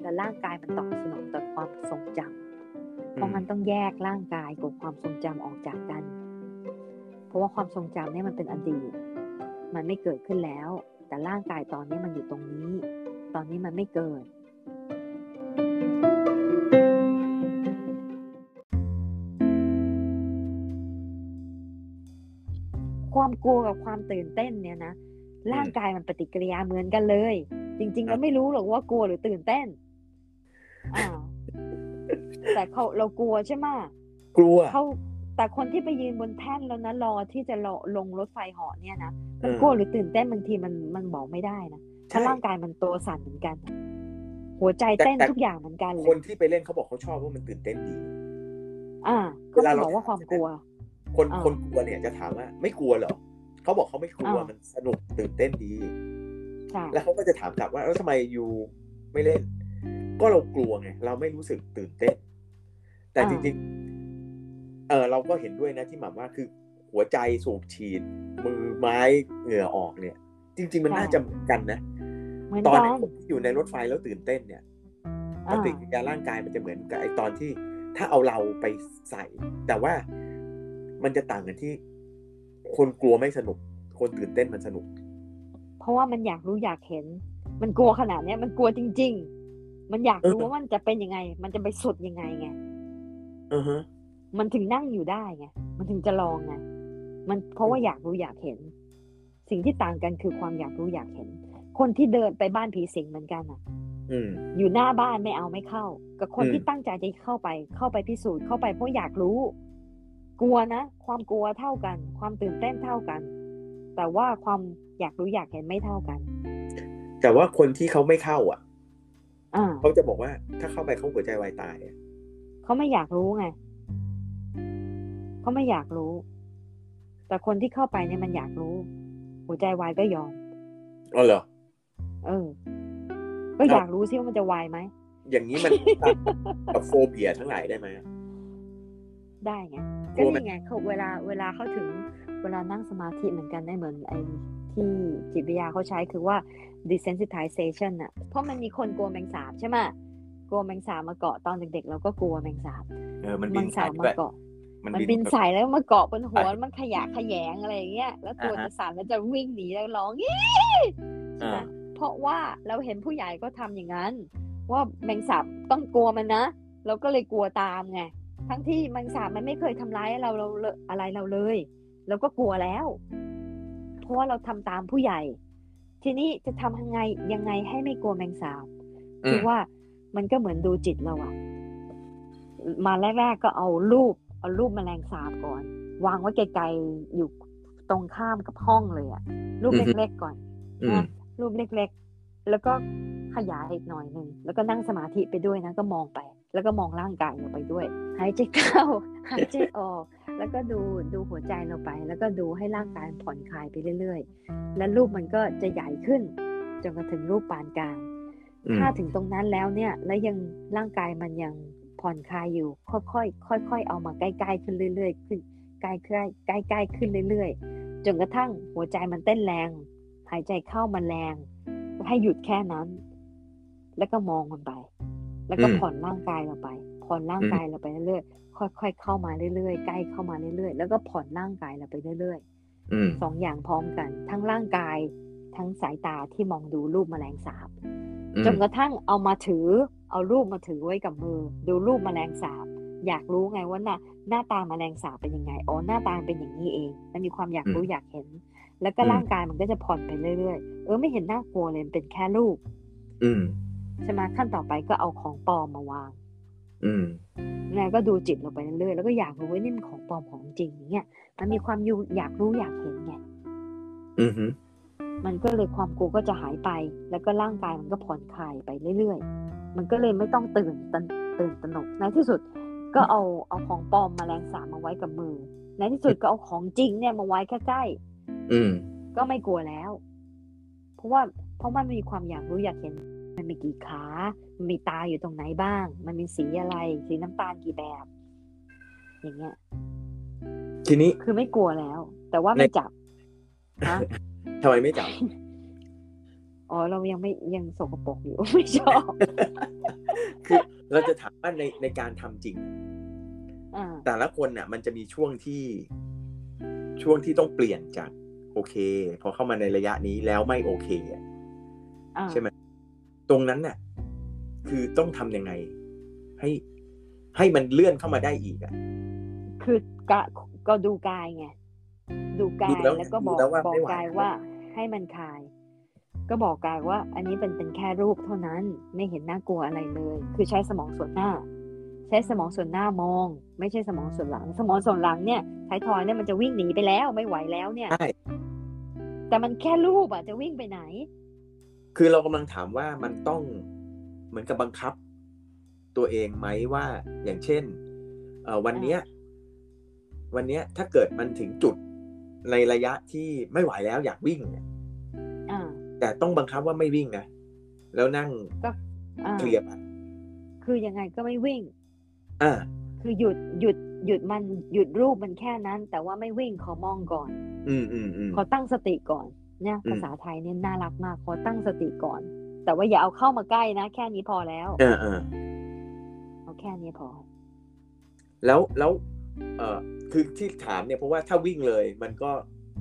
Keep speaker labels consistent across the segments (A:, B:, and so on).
A: แล้วร่างกายมันตอบสนองต่อความทรงจำเพ
B: อื
A: ราะ
B: ม
A: มันต้องแยกร่างกายกับความทรงจำออกจากกัน เพราะว่าความทรงจำเนี่ยมันเป็นอดีต มันไม่เกิดขึ้นแล้ว แต่ร่างกายตอนนี้มันอยู่ตรงนี้ ตอนนี้มันไม่เกิด ความกลัวกับความตื่นเต้นเนี่ยนะ ร่างกายมันปฏิกิริยาเหมือนกันเลย จริง ๆ เราไม่รู้หรอกว่ากลัวหรือตื่นเต้นอ่าวแต่เขาเรากลัวใช่ไหมะ
B: กลัว
A: เขาแต่คนที่ไปยืนบนแท่นแล้วนะรอที่จะรอลงรถไฟเหาะเนี่ยนะมัน
B: เออ
A: กลัวหรือตื่นเต้นบางทีมันมันบอกไม่ได้นะเพ
B: ใช่
A: ราะร่างกายมันตัวสั่นเหมือนกัน หัวใจเต้น
B: แต่แต่
A: ทุกอย่างเหมือนกันเล
B: คน
A: ย
B: ที่ไปเล่นเขาบอกเขาชอบว่ามันตื่นเต้นดี
A: อ่า
B: เว
A: ก็
B: ลา
A: ไม่
B: เรา
A: บอกว่าความกลัว
B: คน
A: อ่า
B: คนกลัวเนี่ยจะถามว่าไม่กลัวเหรอเขาบอกเขาไม่กลัว
A: อ่ามั
B: มันสนุกตื่นเต้นดี
A: ใช่
B: แล้วเขาก็จะถามกลับว่าแล้วทำไมยูไม่เล่น ก็เรากลัวไงเราไม่รู้สึกตื่นเต้น แต่จริงๆเออเราก็เห็นด้วยนะที่หม่ำว่าคือหัวใจสูบฉีด มือไม้เหงื่อออกเนี่ย จริง ๆ มันน่าจะเหมือนกันนะ
A: เหมือน
B: ตอน
A: กัน
B: ที่ผมอยู่ในรถไฟแล้วตื่นเต้นเนี่ยป
A: อ่า
B: ฏิกิริยาร่างกายมันจะเหมือนกับไอตอนที่ถ้าเอาเราไปใส่ แต่ว่ามันจะต่างกันที่ คนกลัวไม่สนุก คนตื่นเต้นมันสนุก
A: เพราะว่ามันอยากรู้อยากเห็น มันกลัวขนาดเนี้ยมันกลัวจริง ๆ มันอยากรู้
B: เออ
A: ว่ามันจะเป็นยังไง มันจะไปสุดยังไงไง
B: อือฮะ
A: มันถึงนั่งอยู่ได้ไง มันถึงจะลองไง มันเพราะว่าอยากรู้อยากเห็น สิ่งที่ต่างกันคือความอยากรู้อยากเห็น คนที่เดินไปบ้านผีสิงเหมือนกันอ่ะ
B: อืม
A: อยู่หน้าบ้านไม่เอาไม่เข้า กับคน
B: อืม
A: ที่ตั้งใจจะเข้าไป เข้าไปพิสูจน์เข้าไปเพราะอยากรู้ กลัวนะ ความกลัวเท่ากัน ความตื่นเต้นเท่ากัน แต่ว่าความอยากรู้อยากเห็นไม่เท่ากัน
B: แต่ว่าคนที่เขาไม่เข้า อ่ะ
A: อ่า
B: เขาจะบอกว่าถ้าเข้าไปเขาหัวใจวายตายอะ
A: เขาไม่อยากรู้ไงเขาไม่อยากรู้ แต่คนที่เข้าไปเนี่ยมันอยากรู้ หัวใจวายก็ยอม
B: อ๋อเหรอ
A: เออ ก็
B: ครับ
A: อยากรู้ซิว่ามันจะวายไหม
B: อย่างนี้มันต่างกับโฟเบียทั้งหลายได้ไหม
A: ได้ไง
B: ก
A: ก็
B: ลัวไหม
A: นี่ไงเขาเวลาเวลาเขาถึงเวลานั่งสมาธิเหมือนกันได้เหมือนไอ้ที่จิตวิทยาเขาใช้คือว่า desensitization อะเพราะมันมีคนกลัวแมงสาบใช่ไหมะกลัวแมงสาบมาเกาะตอนเด็กๆเราก็กลัวแมงสาบ
B: เออ มัน
A: แม
B: บิน
A: ง
B: สา
A: สาย บ
B: ด้
A: มา
B: วย
A: เกาะ
B: มัน
A: มัน
B: บิ
A: บิน
B: น
A: ใส่แล้วมาเกาะบนหัว
B: อ่ะ
A: มันขยะแขยงอะไรอย่างเงี้ยแล้วตัว
B: อ่าฮะ
A: จะสั่นแล้วจะวิ่งหนีแล้วร้องอี้ใช่ไหม
B: อ่า
A: เพราะว่าเราเห็นผู้ใหญ่ก็ทำอย่างนั้น ว่าแมงสาบต้องกลัวมันนะเราก็เลยกลัวตามไงทั้งที่แมงสาบมันไม่เคยทำร้ายเราเราเราอะไรเราเลยเราก็กลัวแล้ว เพราะว่าเราทำตามผู้ใหญ่ ทีนี้จะทำยังไงยังไงให้ไม่กลัวแมงสาบ
B: อื
A: คื
B: ม
A: อว่ามันก็เหมือนดูจิตเราอะมาแรกๆก็เอารูป เอารูปแมลงสาบก่อน วางไว้ไกลๆอยู่ตรงข้ามกับห้องเลยอะรูปเล็กๆก่อน
B: อืม
A: นะรูปเล็กๆ แล้วก็ขยายอีกหน่อยหนึ่ง แล้วก็นั่งสมาธิไปด้วยนะ ก็มองไป แล้วก็มองร่างกายเราไปด้วย หายใจเข้า หายใจออก แล้วก็ดูดูหัวใจเราไป แล้วก็ดูให้ร่างกายผ่อนคลายไปเรื่อยๆ แล้วรูปมันก็จะใหญ่ขึ้น จนกระทั่งรูปปานกลาง
B: อืม
A: ถ้าถึงตรงนั้นแล้วเนี่ย แล้วยังร่างกายมันยังผ่อนคลายอยู่ ค่อยๆ ค่อย ๆ เอามาใกล้ๆ ขึ้นเรื่อยๆ ขึ้นใกล้ๆใกล้ๆขึ้นเรื่อยๆ จนกระทั่งหัวใจมันเต้นแรง หายใจเข้ามันแรง ให้หยุดแค่นั้น แล้วก็มองมันไป แล้วก็
B: อืม
A: ผ่อนร่างกายเราไป ผ่อนร่างกายเราไปเรื่อยๆ ค่อยๆ เข้ามาเรื่อยๆ ใกล้เข้ามาเรื่อยๆ แล้วก็ผ่อนร่างกายเราไปเรื่อยๆ
B: อืม
A: สองอย่างพร้อมกัน ทั้งร่างกายทั้งสายตาที่มองดูรูปแมลงสาบ
B: อืม
A: จนกระทั่งเอามาถือ เอารูปมาถือไว้กับมือ ดูรูปแมลงสาบ อยากรู้ไงว่าหน้าหน้าตาแมลงสาบเป็นยังไงอ๋อหน้าตามันเป็นอย่างนี้เองมันมีความอยากรู้อยากเห็น แล้วก็ร่างกายมันก็จะผ่อนไปเรื่อยๆเออไม่เห็นน่ากลัวเลยมันเป็นแค่รูป
B: อืม
A: ใช่ไหมขั้นต่อไปก็เอาของปลอมมาวาง
B: อืม
A: แล้วก็ดูจิตเราไปเรื่อยๆแล้วก็อยากรู้ว่านี่มันของปลอมของจริงอย่างเนี่ยมันมีความอยู่อยากรู้อยากเห็นไง
B: อืมฮึ
A: มันก็เลยความกลัวก็จะหายไป แล้วก็ร่างกายมันก็ผ่อนคลายไปเรื่อยๆ มันก็เลยไม่ต้องตื่นตันตื่นตระหนก ในที่สุดก็เอาเอาของปลอมแมาแรงสาบมาไว้กับมือ ในที่สุดก็เอาของจริงเนี่ยมาไว้ใกล้
B: อืม
A: ๆ ก็ไม่กลัวแล้ว เพราะว่าเพราะมันมีความอยากรู้อยากเห็น มันมีกี่ขา มันมีตาอยู่ตรงไหนบ้าง มันมีสีอะไร สีน้ำตาลกี่แบบ อย่างเงี้ย
B: ทีนี้
A: คือไม่กลัวแล้ว แต่ว่าไม่จับฮะ
B: ทำไมไม่จับ
A: อ๋อเรายังไม่ยังสกปรกอยู่ ไม่ชอบ
B: คือเราจะถามว่าในในการทำจริง
A: อ่า
B: แต่ละคนน่ะ มันจะมีช่วงที่ช่วงที่ต้องเปลี่ยนจาก โอเค พอเข้ามาในระยะนี้แล้วไม่โอเคอะ
A: อ่า
B: ใช่ไหมตรงนั้นน่ะ คือต้องทำยังไง ให้ให้มันเลื่อนเข้ามาได้อีกอ่ะ
A: คือกะก็ดูกายไงดูกา
B: ดู
A: ย
B: แล้ว
A: แล้วก็บอก
B: ดูแล้วว่า
A: บอก
B: ไม่ไหว
A: กายว่าให้มันคลาย ก็บอกกายว่า อันนี้เป็นเป็นแค่รูปเท่านั้นไม่เห็นน่ากลัวอะไรเลย คือใช้สมองส่วนหน้า ใช้สมองส่วนหน้ามอง ไม่ใช่สมองส่วนหลัง สมองส่วนหลังเนี่ยท้ายทอยเนี่ยมันจะวิ่งหนีไปแล้วไม่ไหวแล้วเนี่ย
B: ใช่
A: แต่มันแค่รูปอะจะวิ่งไปไหน
B: คือเรากำลังถามว่ามันต้องเหมือนกับบังคับ ตัวเองไหมว่าอย่างเช่นเอ่อวันเนี้ย วันเนี้ยถ้าเกิดมันถึงจุดในระยะที่ไม่ไหวแล้วอยากวิ่งเนี่ย
A: อ่า
B: แต่ต้องบังคับว่าไม่วิ่งนะ แล้วนั่ง
A: อ่า
B: เคลียร์ไป
A: คือยังไงก็ไม่วิ่ง
B: อ่า
A: คือหยุดหยุดหยุดมันหยุดรูปมันแค่นั้น แต่ว่าไม่วิ่งขอมองก่อน
B: อืมอืมอืม
A: ขอตั้งสติก่อนเนี่ย
B: อืม
A: ภาษาไทยเนี่ยน่ารักมากขอตั้งสติก่อน แต่ว่าอย่าเอาเข้ามาใกล้นะ แค่นี้พอแล้ว
B: เอ่าอ่า
A: เอาแค่นี้พอ
B: แล้วแล้วเอ่อคือที่ถามเนี่ยเพราะว่าถ้าวิ่งเลย มันก็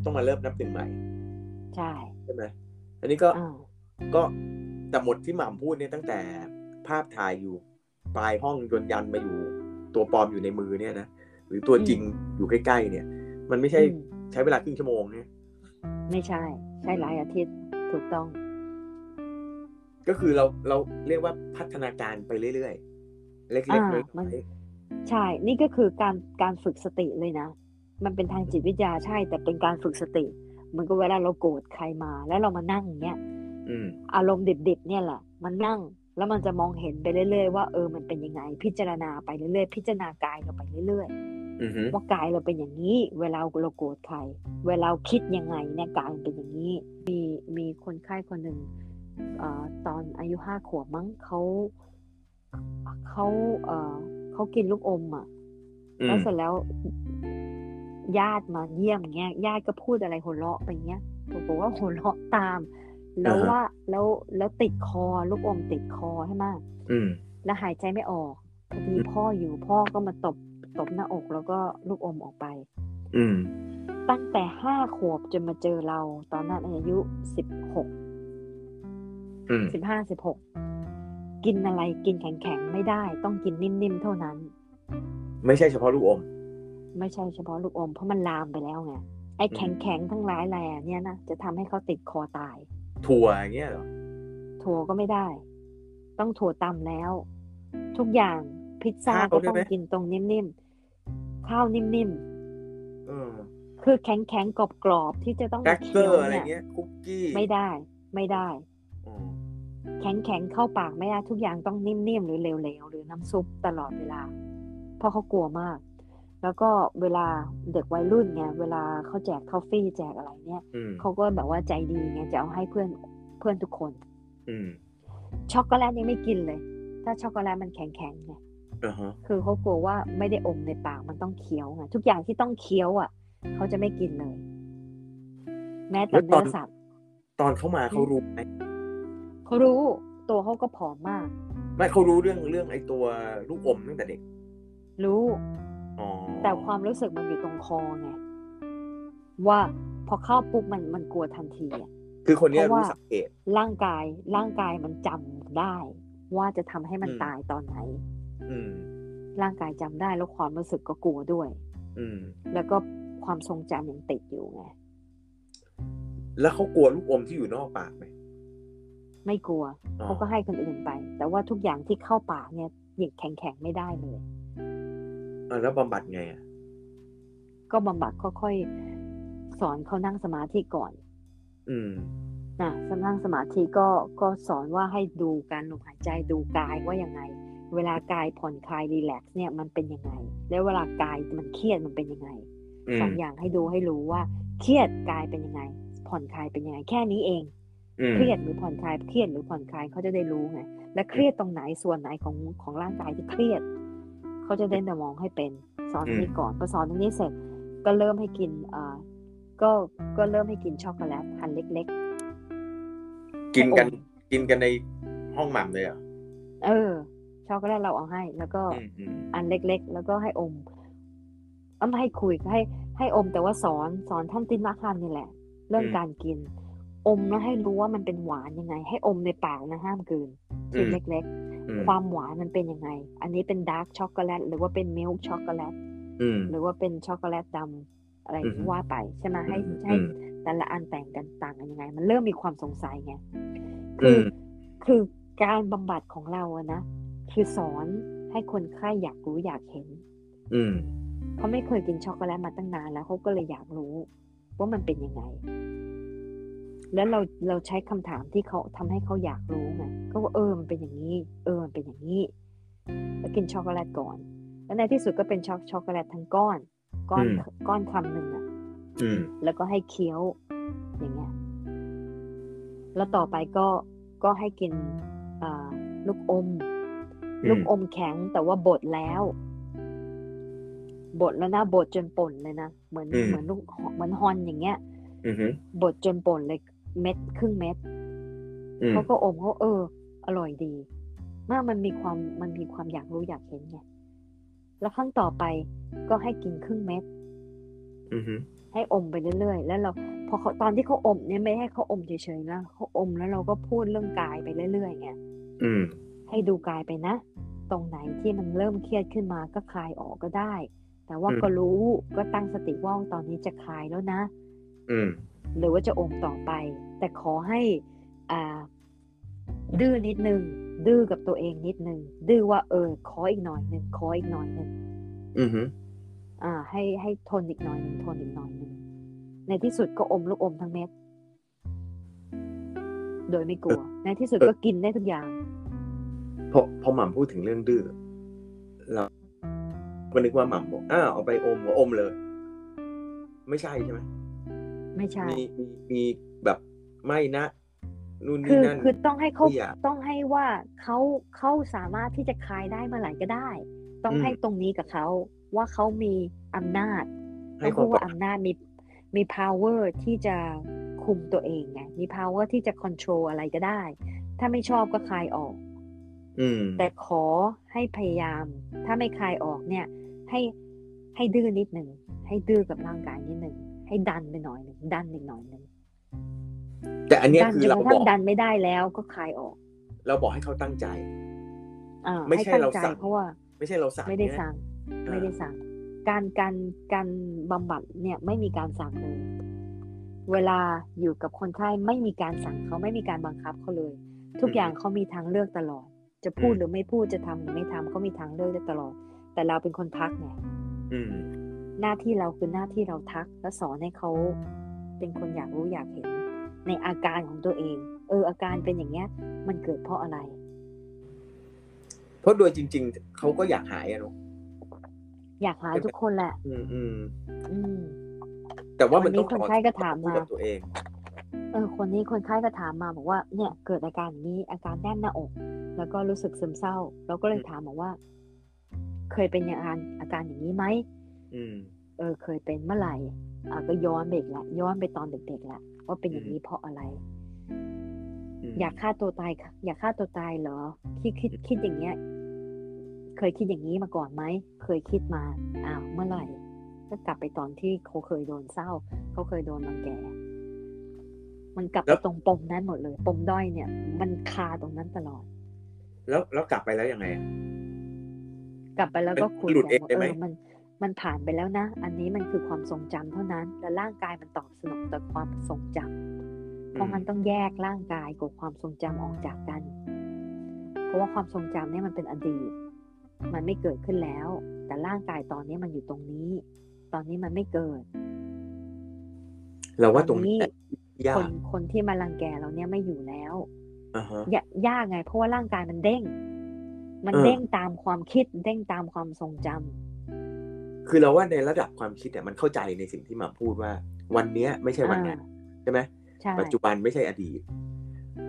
B: ต้องมาเริ่มนับหนึ่งใหม่
A: ใช่
B: ใช่ไหมอันนี้ก็
A: อ่า
B: ก็แต่หมดที่หม่ำพูดเนี่ยตั้งแต่ภาพถ่ายอยู่ปลายห้องยนยันมาอยู่ตัวปลอมอยู่ในมือเนี่ยนะหรือตัวจริงอยู่ใกล้ๆเนี่ย มันไม่ใช่
A: อืม
B: ใช้เวลาครึ่งชั่วโมงเนี่ย
A: ไม่ใช่ ใช่หลายอาทิตย์ถูกต้อง
B: ก็คือเราเราเรียกว่าพัฒนาการไปเรื่อยๆ เล็กๆ
A: อ่า
B: น้อย
A: มัน
B: ๆ
A: ใช่ นี่ก็คือการการฝึกสติเลยนะ มันเป็นทางจิตวิทยาใช่ แต่เป็นการฝึกสติเหมือนกับเวลาเราโกรธใครมา แล้วเรามานั่งอย่างเงี้ย
B: อืม
A: อารมณ์ดิบๆเนี่ยแหละ มันนั่งแล้วมันจะมองเห็นไปเรื่อยๆว่าเออมันเป็นยังไง พิจารณาไปเรื่อยๆ พิจารณากายเราไปเรื่อย
B: อือฮึ
A: ๆว่ากายเราเป็นอย่างนี้ เวลาเราโกรธใครเวลาเราคิดยังไงเนี่ยกายมันเป็นอย่างนี้ มีมีคนไข้คนหนึ่งเอ่อตอนอายุห้าขวบมั้งเขาเขาเอ่อเขากินลูกอมอ่ะ
B: อื
A: แล้
B: ม
A: วเสร็จแล้วญาติมาเยี่ยมเงี้ยญาติก็พูดอะไรหัวเราะไปเงี้ยผมบอกว่าหัวเราะตาม แล้วว่าแล้วแล้วติดคอลูกอมติดคอใช่ไหมย
B: อืม
A: แล้วหายใจไม่ออกพอดีพ่ออยู่พ่อก็มาตบตบหน้าอกแล้วก็ลูกอมออกไป
B: อืม
A: ตั้งแต่ห้าขวบจนมาเจอเรา ตอนนั้นอายุสิบหก
B: อืม
A: สิบห้าสิบหกกินอะไรกินแข็งๆไม่ได้ ต้องกินนิ่มๆเท่านั้น
B: ไม่ใช่เฉพาะลูกอม
A: ไม่ใช่เฉพาะลูกอมเพราะมันลามไปแล้วไงไอ้
B: อืม
A: แข็งแข็งๆทั้งหลายแหล่เนี่ยนะจะทำให้เขาติดคอตาย
B: ถั่วอย่างเงี้ยเหรอ
A: ถั่วก็ไม่ได้ ต้องถั่วตำแล้ว ทุกอย่างพิซซ่า
B: ข้าว
A: ก็
B: ได้
A: ต้อง
B: ไหม
A: กินตรงนิ่มๆข้าวนิ่ม
B: เออ
A: ๆคือแข็งแข็งๆกรอบๆที่จะต้อง
B: แบ็
A: มาก
B: เก
A: เคี้
B: อ
A: ยว
B: ร์อะไร
A: เนี่ย
B: เงี้ย คุกกี้
A: ไม่ได้ไม่ได้
B: อ๋อ
A: แข็งแข็งๆเข้าปากไม่ได้ทุกอย่างต้องนิ่มๆหรือเหลวๆหรือน้ำซุปตลอดเวลา เพราะเขากลัวมาก แล้วก็เวลาเด็กวัยรุ่นไงเวลาเขาแจกทอฟฟี่แจกอะไรเนี่ย
B: อืม
A: เขาก็แบบว่าใจดีไงจะเอาให้เพื่อนเพื่อนทุกคน
B: อืม
A: ช็อกโกแลตยังไม่กินเลย ถ้าช็อกโกแลตมันแข็งๆไง
B: อ่าฮะ
A: คือเขากลัวว่าไม่ได้อมในปากมันต้องเคี้ยวไงทุกอย่างที่ต้องเคี้ยวอ่ะ เขาจะไม่กินเลย แม้แต่
B: แล้วต
A: เนื้
B: อน
A: อสัตว์
B: ตอนเข้ามาเขารู้ไหม
A: เขารู้ตัวเขาก็ผอมมาก
B: ไม่เขารู้เรื่องเรื่องไอ้ตัวลูกอมตั้งแต่เด็ก
A: รู้
B: อ๋อ
A: แต่ความรู้สึกมันอยู่ตรงคอไงว่าพอเข้าปุ๊บมันมันกลัวทันทีอะ
B: คือคนเนี้
A: เพ
B: ย
A: ราะ
B: รู้
A: ว่า
B: สังเกต
A: ร่างกายร่างกายมันจำได้ ว่าจะทำให้มัน
B: อืม
A: ตายตอนไหน
B: อืม
A: ร่างกายจำได้แล้วความรู้สึกก็กลัวด้วย
B: อืม
A: แล้วก็ความทรงจำยังติดอยู่ไง
B: แล้วเขากลัวลูกอมที่อยู่นอกปากไหม
A: ไม่กลัว
B: อ๋อ
A: เขาก็ให้คนอื่นไป แต่ว่าทุกอย่างที่เข้าปากเนี่ยหยิกแข็งๆไม่ได้เลย
B: อ่ะแล้วบำบัดไงอ่ะ
A: ก็บำบัดค่อยๆสอนเขานั่งสมาธิก่อน
B: อืม
A: นะสนั่งสมาธิก็ก็สอนว่าให้ดูการลมหายใจดูกายว่ายังไง เวลากายผ่อนคลายรีแลกซ์เนี่ยมันเป็นยังไง แล้วเวลากายมันเครียดมันเป็นยังไง
B: อื
A: ส
B: ม
A: องอย่างให้ดูให้รู้ว่าเครียดกายเป็นยังไง ผ่อนคลายเป็นยังไง แค่นี้เอง
B: อืม
A: เครียดหรือผ่อนคลายเครียดหรือผ่อนคลายเขาจะได้รู้ไงและเครียดตรงไหนส่วนไหนของของร่างกายที่เครียดเขาจะได้แต่มองให้เป็นสอนตรงนี้ก่อนพอสอนตรงนี้เสร็จก็เริ่มให้กินเอ่อ ก็ก็เริ่มให้กินช็อกโกแลตอันเล็ก
B: กินกัน
A: โอ้
B: กินกันในห้องหม่ำเลยเหรอ่ะ
A: ๆ เออ ช็อกโกแลตเราเอาให้ แล้วก็
B: อืมอืม
A: อันเล็ก ๆ แล้วก็ให้อมเอาไม่ให้คุยให้ ให้อมแต่ว่าสอนสอนท่านตินมาคามนี่แหละ เรื่องการกิน อมแล้วให้รู้ว่ามันเป็นหวานยังไง ให้อมในปากนะห้ามกลืน
B: อื
A: กิน
B: ม
A: เล็ก
B: อืม
A: ๆ ความหวานมันเป็นยังไง อันนี้เป็นดาร์กช็อกโกแลตหรือว่าเป็นมิลค์ช็อกโกแลต
B: อืม
A: หรือว่าเป็นช็อกโกแลตดำอะไร
B: อือฮึ
A: ว่าไปใช่ไหมให้
B: อืม
A: ให้
B: อืม
A: แต่ละอันแต่งกันต่างกันยังไง มันเริ่มมีความสงสัยไง
B: อื
A: คือ
B: ม
A: คือการบำบัดของเราอะนะ คือสอนให้คนไข้อยากรู้อยากเห็น
B: อืม
A: เขาไม่เคยกินช็อกโกแลตมาตั้งนานแล้วเขาก็เลยอยากรู้ ว่ามันเป็นยังไง แล้วเราเราใช้คำถามที่เขาทำให้เขาอยากรู้ไงก็ว่าเออมันเป็นอย่างนี้ เออมันเป็นอย่างนี้ แล้วกินช็อกโกแลตก่อน แล้วในที่สุดก็เป็นช็อกช็อกโกแลตทั้งก้อน ก้อน
B: อืม
A: ก้อนคำหนึ่งอะ
B: อืม
A: แล้วก็ให้เคี้ยวอย่างเงี้ย แล้วต่อไปก็ก็ให้กินอ่าลูกอม
B: อืม
A: ลูกอมแข็งแต่ว่าบดแล้ว บดแล้วนะบดจนป่นเลยนะเหมือน
B: อืม
A: เหมือนลูกเหมือนฮอนอย่างเงี้ย
B: อืมอืม
A: บดจนป่นเลยเม็ดครึ่งเม็ด
B: อืม
A: เขาก็อมเขาเออ อร่อยดีเมื่อมันมีความมันมีความอยากรู้อยากเห็นไงแล้วครั้งต่อไปก็ให้กินครึ่งเม็ด
B: อืมอืม
A: ให้อมไปเรื่อยๆ แล้วเราพอเขาตอนที่เขาอมเนี่ยไม่ให้เขาอมเฉยๆนะเขาอมแล้วเราก็พูดเรื่องกายไปเรื่อยๆไง
B: อืม
A: ให้ดูกายไปนะ ตรงไหนที่มันเริ่มเครียดขึ้นมาก็คลายออกก็ได้ แต่ว่าก็รู้ก็ตั้งสติว่าตอนนี้จะคลายแล้วนะ
B: อืม
A: หรือว่าจะอมต่อไป แต่ขอให้อ่าดื้อนิดนึง ดื้อกับตัวเองนิดนึง ดื้อว่าเออ ขออีกหน่อยหนึ่งขออีกหน่อยหนึ่ง
B: อืมอืม
A: อ่า ให้ให้ทนอีกหน่อยหนึ่งทนอีกหน่อยหนึ่งในที่สุดก็อมลูกอมทั้งเม็ด โดยไม่กลัว ในที่สุดก็กินได้ทุกอย่าง
B: พอพอหม่ำพูดถึงเรื่องดื้อเราก็นึกว่าหม่ำบอกอ้าวเอาไปอมก็อมเลย ไม่ใช่ใช่ไหม
A: ไม่ใช่
B: มีมีมีแบบไม่นะนู่น
A: คื
B: นี่
A: อ
B: นั่น
A: คือต้องให้เขา
B: ไม่อยาก
A: ต้องให้ว่าเขาเขาสามารถที่จะคลายได้เมื่อไหร่ก็ได้ ต้อง
B: อืม
A: ให้ตรงนี้กับเขาว่าเขามีอำนาจ
B: ให้
A: ต้องพูด
B: ความปลอ
A: ว่า
B: ด
A: อำนาจมีมี power ที่จะคุมตัวเองไงมี power ที่จะ control อะไรก็ได้ ถ้าไม่ชอบก็คลายออก
B: อืม
A: แต่ขอให้พยายาม ถ้าไม่คลายออกเนี่ย ให้ให้ดื้อนิดหนึ่งให้ดื้อกับร่างกายนิดหนึ่งให้ดันไปหน่อยหนึ่งดันอีกหน่อยหนึ่ง
B: แต่อันเนี้ย
A: ดั
B: คือ
A: จน
B: เรา
A: กระ
B: บ
A: ทั่
B: องก
A: ดันไม่ได้แล้วก็คลายออก
B: เราบอกให้เขาตั้งใจ
A: อ่า
B: ไม่ใช่
A: ห้ตั้ง
B: เรา
A: ใจ
B: สั่ง
A: เพราะว่า
B: ไม่ใช่เราสั่ง
A: ไม่ได้
B: เนี่ยนะ
A: สั่ง
B: เออ
A: ไม่ได้สั่ง การการการบำบัดเนี่ยไม่มีการสั่งเลย เวลาอยู่กับคนไข้ไม่มีการสั่งเขาไม่มีการบังคับเขาเลย ทุกอย่างเขามีทางเลือกตลอด จะพูดหรือไม่พูดจะทำหรือไม่ทำเขามีทางเลือกได้ตลอด แต่เราเป็นคนทักไง
B: อืม
A: หน้าที่เราคือหน้าที่เราทัก และสอนให้เขาเป็นคนอยากรู้อยากเห็น ในอาการของตัวเอง เอออาการเป็นอย่างเงี้ย มันเกิดเพราะอะไร
B: เพราะโดยจริง ๆ เขาก็อยากหายอะเนาะ
A: อยากหายทุกคนแหละ
B: อืมอืม
A: อืม
B: แต่ว่ามันต้อ
A: วั
B: ง
A: นนี้คนไข้ก็ถามมา
B: กับตัวเอง
A: เออคนนี้คนไข้ก็ถามมาบอกว่าเนี่ยเกิดอาการอย่างนี้อาการแน่นหน้าอก แล้วก็รู้สึกซึมเศร้า เราก็เลยถามบอกว่า เคยเป็นอย่างอาการอาการอย่างนี้ไหม
B: อืม
A: เออ เคยเป็นเมื่อไหร่อ่ะก็ย้อนไปอีกละย้อนไปตอนเด็กๆละว่าเป็นอย่างนี้เพราะอะไร
B: ม
A: อยากฆ่าตัวตายค่ะอยากฆ่าตัวตายเหรอคิดคิดคิดอย่างเงี้ย เคยคิดอย่างนี้มาก่อนไหมเคยคิดมาอ้าวเมื่อไหร่ก็กลับไปตอนที่เขาเคยโดนเศร้า เขาเคยโดนรังแก มันกลับไปตรงปมนั้นหมดเลย ปมด้อยเนี่ย มันคาตรงนั้นตลอด
B: แล้วแล้วกลับไปแล้วยังไงอะ
A: กลับไปแล้วก็คุย
B: หลุด
A: กัน
B: เอง
A: ว่า
B: ได้
A: เอ
B: ไหม
A: อมันมันผ่านไปแล้วนะ อันนี้มันคือความทรงจำเท่านั้น และร่างกายมันตอบสนองต่อความทรงจำ เพราะงั้นต้องแยกร่างกายกับความทรงจำออกจากกัน เพราะว่าความทรงจำเนี่ยมันเป็นอดีต มันไม่เกิดขึ้นแล้ว แต่ร่างกายตอนนี้มันอยู่ตรงนี้ ตอนนี้มันไม่เกิด
B: เราว่าตรงนี้
A: ตอนนี้
B: ยา
A: คน
B: ก
A: คนที่มารังแกเราเนี่ยไม่อยู่แล้ว
B: อ่าฮะ
A: ยายากไง เพราะว่าร่างกายมันเด้ง มัน
B: เออ
A: เด้งตามความคิด เด้งตามความทรงจำ
B: คือเราว่าในระดับความคิดเนี่ยมันเข้าใจในสิ่งที่หมาพูดว่า วันเนี้ยไม่ใช่วันนั้น
A: อ่า
B: ใช่ไหม
A: ใช่
B: ปัจจุบันไม่ใช่อดีต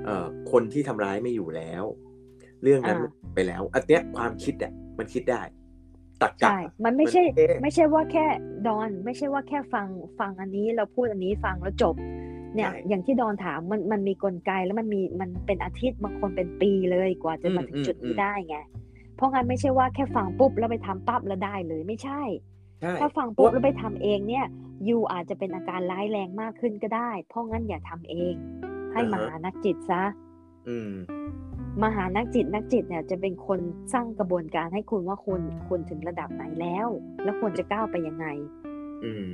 B: เอ่อคนที่ทำร้ายไม่อยู่แล้ว เรื่องนั้นมันไปแล้วอันเนี้ยความคิดอ่ะมันคิดได้ ตักกะ
A: ใช่ มันไม่ใช่
B: เหมือนเอ๊ะ
A: ไม่ใช่ว่าแค่ดอน ไม่ใช่ว่าแค่ฟังฟังอันนี้เราพูดอันนี้ฟังแล้วจบ เนี่ย
B: ใช่
A: อย่างที่ดอนถามมันมันมีกลไกแล้วมันมีมันเป็นอาทิตย์บางคนเป็นปีเลยกว่าจะมาถึ
B: อื
A: ง
B: ม
A: จุด
B: อื
A: นี้
B: ม
A: ได้ไง เพราะงั้นไม่ใช่ว่าแค่ฟังปุ๊บแล้วไปทำปั๊บแล้วได้เลยไม่ใช่
B: ใช่
A: ถ้าฟังปุ๊บแล้วไปทำเองเนี่ยยูอาจจะเป็นอาการร้ายแรงมากขึ้นก็ได้ เพราะงั้นอย่าทำเอง ให้มาหานักจิตซะ
B: อืม
A: มหานักจิตนักจิตเนี่ยจะเป็นคนสร้างกระบวนการให้คุณว่าคุณคุณถึงระดับไหนแล้ว แล้วควรจะก้าวไปยังไง
B: อืม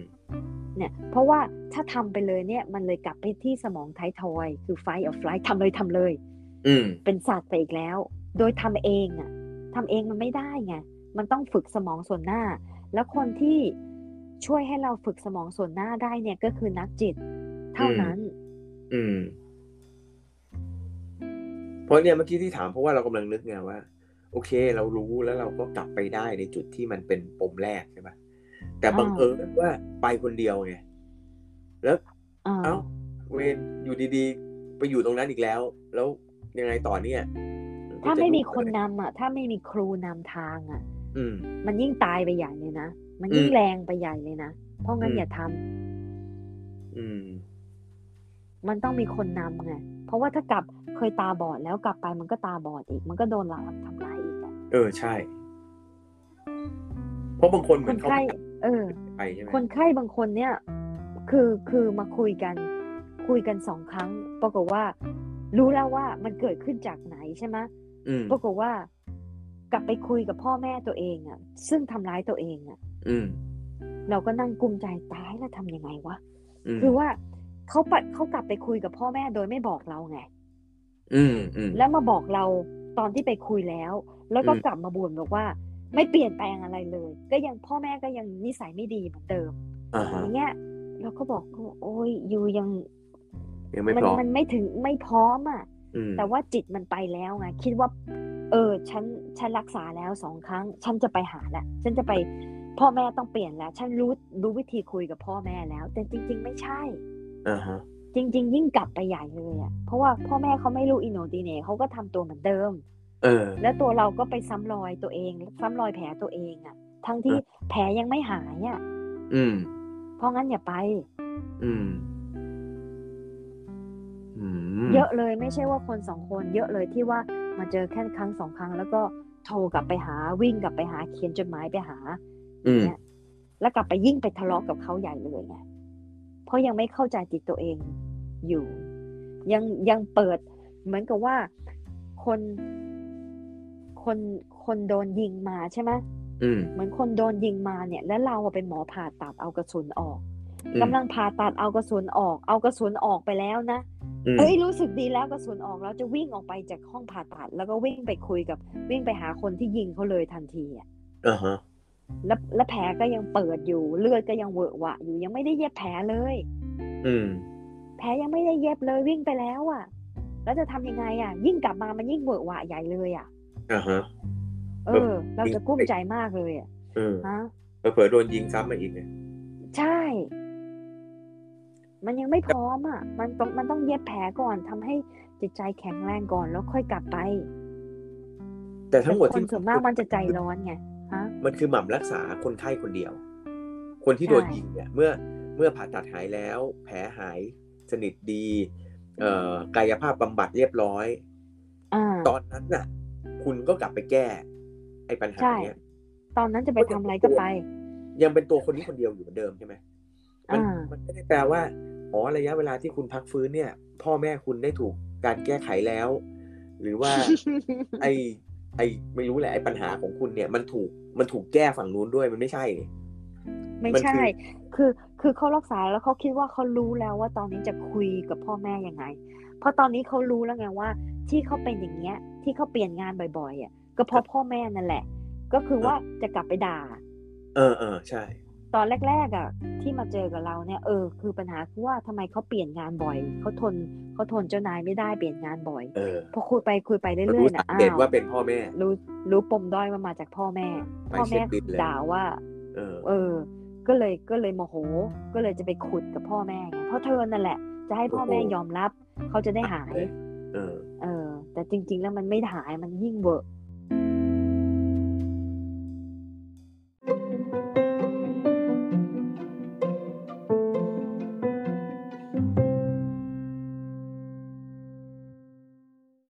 A: เนี่ยเพราะว่าถ้าทำไปเลยเนี่ยมันเลยกลับไปที่สมองไทายทอย คือ fight or flight ทำเลยทำเลย
B: อืม
A: เป็นศาสตร์ไปอีกแล้ว โดยทำเองอะทำเองมันไม่ได้ไงมันต้องฝึกสมองส่วนหน้า แล้วคนที่ช่วยให้เราฝึกสมองส่วนหน้าได้เนี่ยก็คือนักจิต เท่านั้น
B: อืม เพราะเนี่ยเมื่อกี้ที่ถามเพราะว่าเรากำลังนึกไงว่า โอเค เรารู้แล้วเราก็กลับไปได้ในจุดที่มันเป็นปมแรกใช่ไหมแต่
A: อ่า
B: บังเอิญว่าไปคนเดียวไงแล้ว
A: อ่า
B: เอ้าเวนอยู่ดีๆ ไปอยู่ตรงนั้นอีกแล้ว แล้วยังไงต่อเนี่ย
A: ถ้าไม่มีคน
B: นะ
A: นำอะถ้าไม่มีครูนำทางอะ
B: อืม
A: มันยิ่งตายไปใหญ่เลยนะ มันยิ่ง
B: อืม
A: แรงไปใหญ่เลยนะ เพราะงั้น
B: อืม
A: อย่าทำ
B: อืม
A: มันต้องมีคนนำไง เพราะว่าถ้ากลับเคยตาบอดแล้วกลับไปมันก็ตาบอดอีก มันก็โดนหลักทำร้ายอีกอะ
B: เออใช่ เพราะบางคนเห
A: ค
B: มือน นเขา
A: ไข้ เออ
B: ไปใช่ไหม
A: คนไข้บางคนเนี่ย คือคือมาคุยกัน คุยกันสองครั้ง ปรากฏว่า รู้แล้วว่ามันเกิดขึ้นจากไหนใช่ไหม
B: อืม
A: ปรากฏว่ากลับไปคุยกับพ่อแม่ตัวเองอะ่ะ ซึ่งทำร้ายตัวเองอะ่ะ
B: อืม
A: เราก็นั่งกลุ้มใจตายแล้วทำยังไงวะ
B: ม
A: คือว่าเขาปัดเขากลับไปคุยกับพ่อแม่โดยไม่บอกเราไง
B: อืมอืม
A: แล้วมาบอกเราตอนที่ไปคุยแล้ว แล้วก็
B: อืม
A: กลับมาบ่นบอกว่า ไม่เปลี่ยนแปลงอะไรเลย ก็ยังพ่อแม่ก็ยังนิสัยไม่ดีเหมือนเดิม
B: อ่าฮะ
A: อย่างเงี้ยเราก็บอกโอ้ยอยู่ยัง
B: ยังไม่
A: มั
B: พร้อม
A: มันไม่ถึงไม่พร้อมอ่ะ
B: อืม
A: แต่ว่าจิตมันไปแล้วไงคิดว่า เออฉันฉันรักษาแล้วสองครั้ง ฉันจะไปหาละฉันจะไปพ่อแม่ต้องเปลี่ยนแล้ว ฉันรู้รู้วิธีคุยกับพ่อแม่แล้ว แต่จริง ๆ ไม่ใช่
B: อ่าฮะ
A: จริง ๆ ยิ่งกลับไปใหญ่เลยอ่ะเพราะว่าพ่อแม่เขาไม่รู้อินโนดีเน่เขาก็ทำตัวเหมือนเดิม
B: เออ
A: แล้วตัวเราก็ไปซ้ำรอยตัวเองซ้ำรอยแผลตัวเองอะ่ะ ทั้งที่แผลยังไม่หายอะ่ะ
B: อืม
A: เพราะงั้นอย่าไป
B: อืม อืม
A: เยอะเลยไม่ใช่ว่าคนสองคนเยอะเลยที่ว่ามาเจอแค่ครั้งสองครั้ง แล้วก็โทรกลับไปหาวิ่งกลับไปหาเขียนจดหมายไปหา
B: อืม
A: แล้วกลับไปยิ่งไปทะเลาะกับเขาใหญ่เลยไงเพราะยังไม่เข้าใจจิตตัวเองอยู่ ยังยังเปิด เหมือนกับว่าคนคนคนโดนยิงมาใช่ไหม
B: อืม
A: เหมือนคนโดนยิงมาเนี่ย แล้วเราอะเป็นหมอผ่าตัดเอากระสุนออก
B: อืม
A: กำลังผ่าตัดเอากระสุนออก เอากระสุนออกไปแล้วนะ
B: อืม
A: เอ้ยรู้สึกดีแล้วกระสุนออกแล้วจะวิ่งออกไปจากห้องผ่าตัด แล้วก็วิ่งไปคุยกับวิ่งไปหาคนที่ยิงเขาเลยทันทีอะ
B: อ่าฮะ
A: แล้วแล้วแผลก็ยังเปิดอยู่เลือดก็ยังเวอะหวะอยู่ยังไม่ได้เย็บแผลเลย
B: อืม
A: แผลยังไม่ได้เย็บเลยวิ่งไปแล้วอะแล้วจะทำยังไงอะยิ่งกลับมามันยิ่งเวอะหวะใหญ่เลยอะ
B: อ่าฮะ
A: เออ เราจะกลุ้มใจมากเลยอะ
B: เออ
A: ฮะ
B: เผลอๆโดนยิงซ้ำมาอีกไง
A: ใช่ มันยังไม่พร้อมอ่ะ มันต้องมันต้องเย็บแผลก่อนทำให้จิตใจแข็งแรงก่อนแล้วค่อยกลับไป
B: แต่ทั้งหมด
A: แต่ค
B: ที่
A: นส่วนมากมันจะใจร้อนไง ฮะ
B: มันคือหม่ำรักษาคนไข้คนเดียว คนที่โดน
A: ใช่
B: ยิงเนี่ย เมื่อเมื่อผ่าตัดหายแล้ว แผลหายสนิทดี เอ่อกายภาพบำบัดเรียบร้อย
A: อ่า
B: ตอนนั้นน่ะ คุณก็กลับไปแก้ ไอ้ปัญหา
A: ใช่
B: เนี้ย
A: ตอนนั้นจะไปทำอะไรก็ไป
B: ยังเป็นตัวคนนี้คนเดียวอยู่เหมือนเดิมใช่ไหมมัน
A: อ่ามั
B: มันไม่ได้แปลว่า อ๋อ ระยะเวลาที่คุณพักฟื้นเนี่ย พ่อแม่คุณได้ถูกการแก้ไขแล้ว ห รือว่า ไอไอไม่รู้แหละไอปัญหาของคุณเนี่ย มันถูก มันถูกแก้ฝั่งนู้นด้วย มันไม่ใช่นี่
A: ไม่
B: มัน
A: ใช่
B: คือ
A: คือคือเขารักษาแล้วเขาคิดว่าเขารู้แล้วว่าตอนนี้จะคุยกับพ่อแม่ยังไง เพราะตอนนี้เขารู้แล้วไงว่า ที่เขาเป็นอย่างเงี้ย ที่เขาเปลี่ยนงานบ่อยๆอ่ะ ก็เพราะพ่อแม่นั่นแหละ ก็คือว่าจะกลับไปด่า
B: เออเออใช่
A: ตอนแรกๆอ่ะที่มาเจอกับเราเนี่ยเออคือปัญหาคือว่าทำไมเขาเปลี่ยนงานบ่อยเขาทนเขาทนเจ้านายไม่ได้เปลี่ยนงานบ่อย
B: เออ
A: พอคุยไปคุยไปเรื่
B: มั
A: อ
B: นรู้
A: ยๆ
B: สา
A: นะอ้า
B: เหตุ
A: ว
B: ว่าเป็นพ่อแม่
A: รู้รู้ปมด้อยว่ามาจากพ่อแม่
B: ไป
A: พ่อ
B: เช็
A: แม่
B: คบิลเลย
A: ด่าว่า
B: เออ
A: เออ ก็เลยก็เลยโมโห ก็เลยจะไปขุดกับพ่อแม่ไงเพราะเธอนั่นแหละ จะให้พ่อแม่
B: โอ้โห
A: ยอมรับเขาจะได้หาย
B: เออ
A: เออ แต่จริง ๆ แล้วมันไม่หายมันยิ่งเวอะ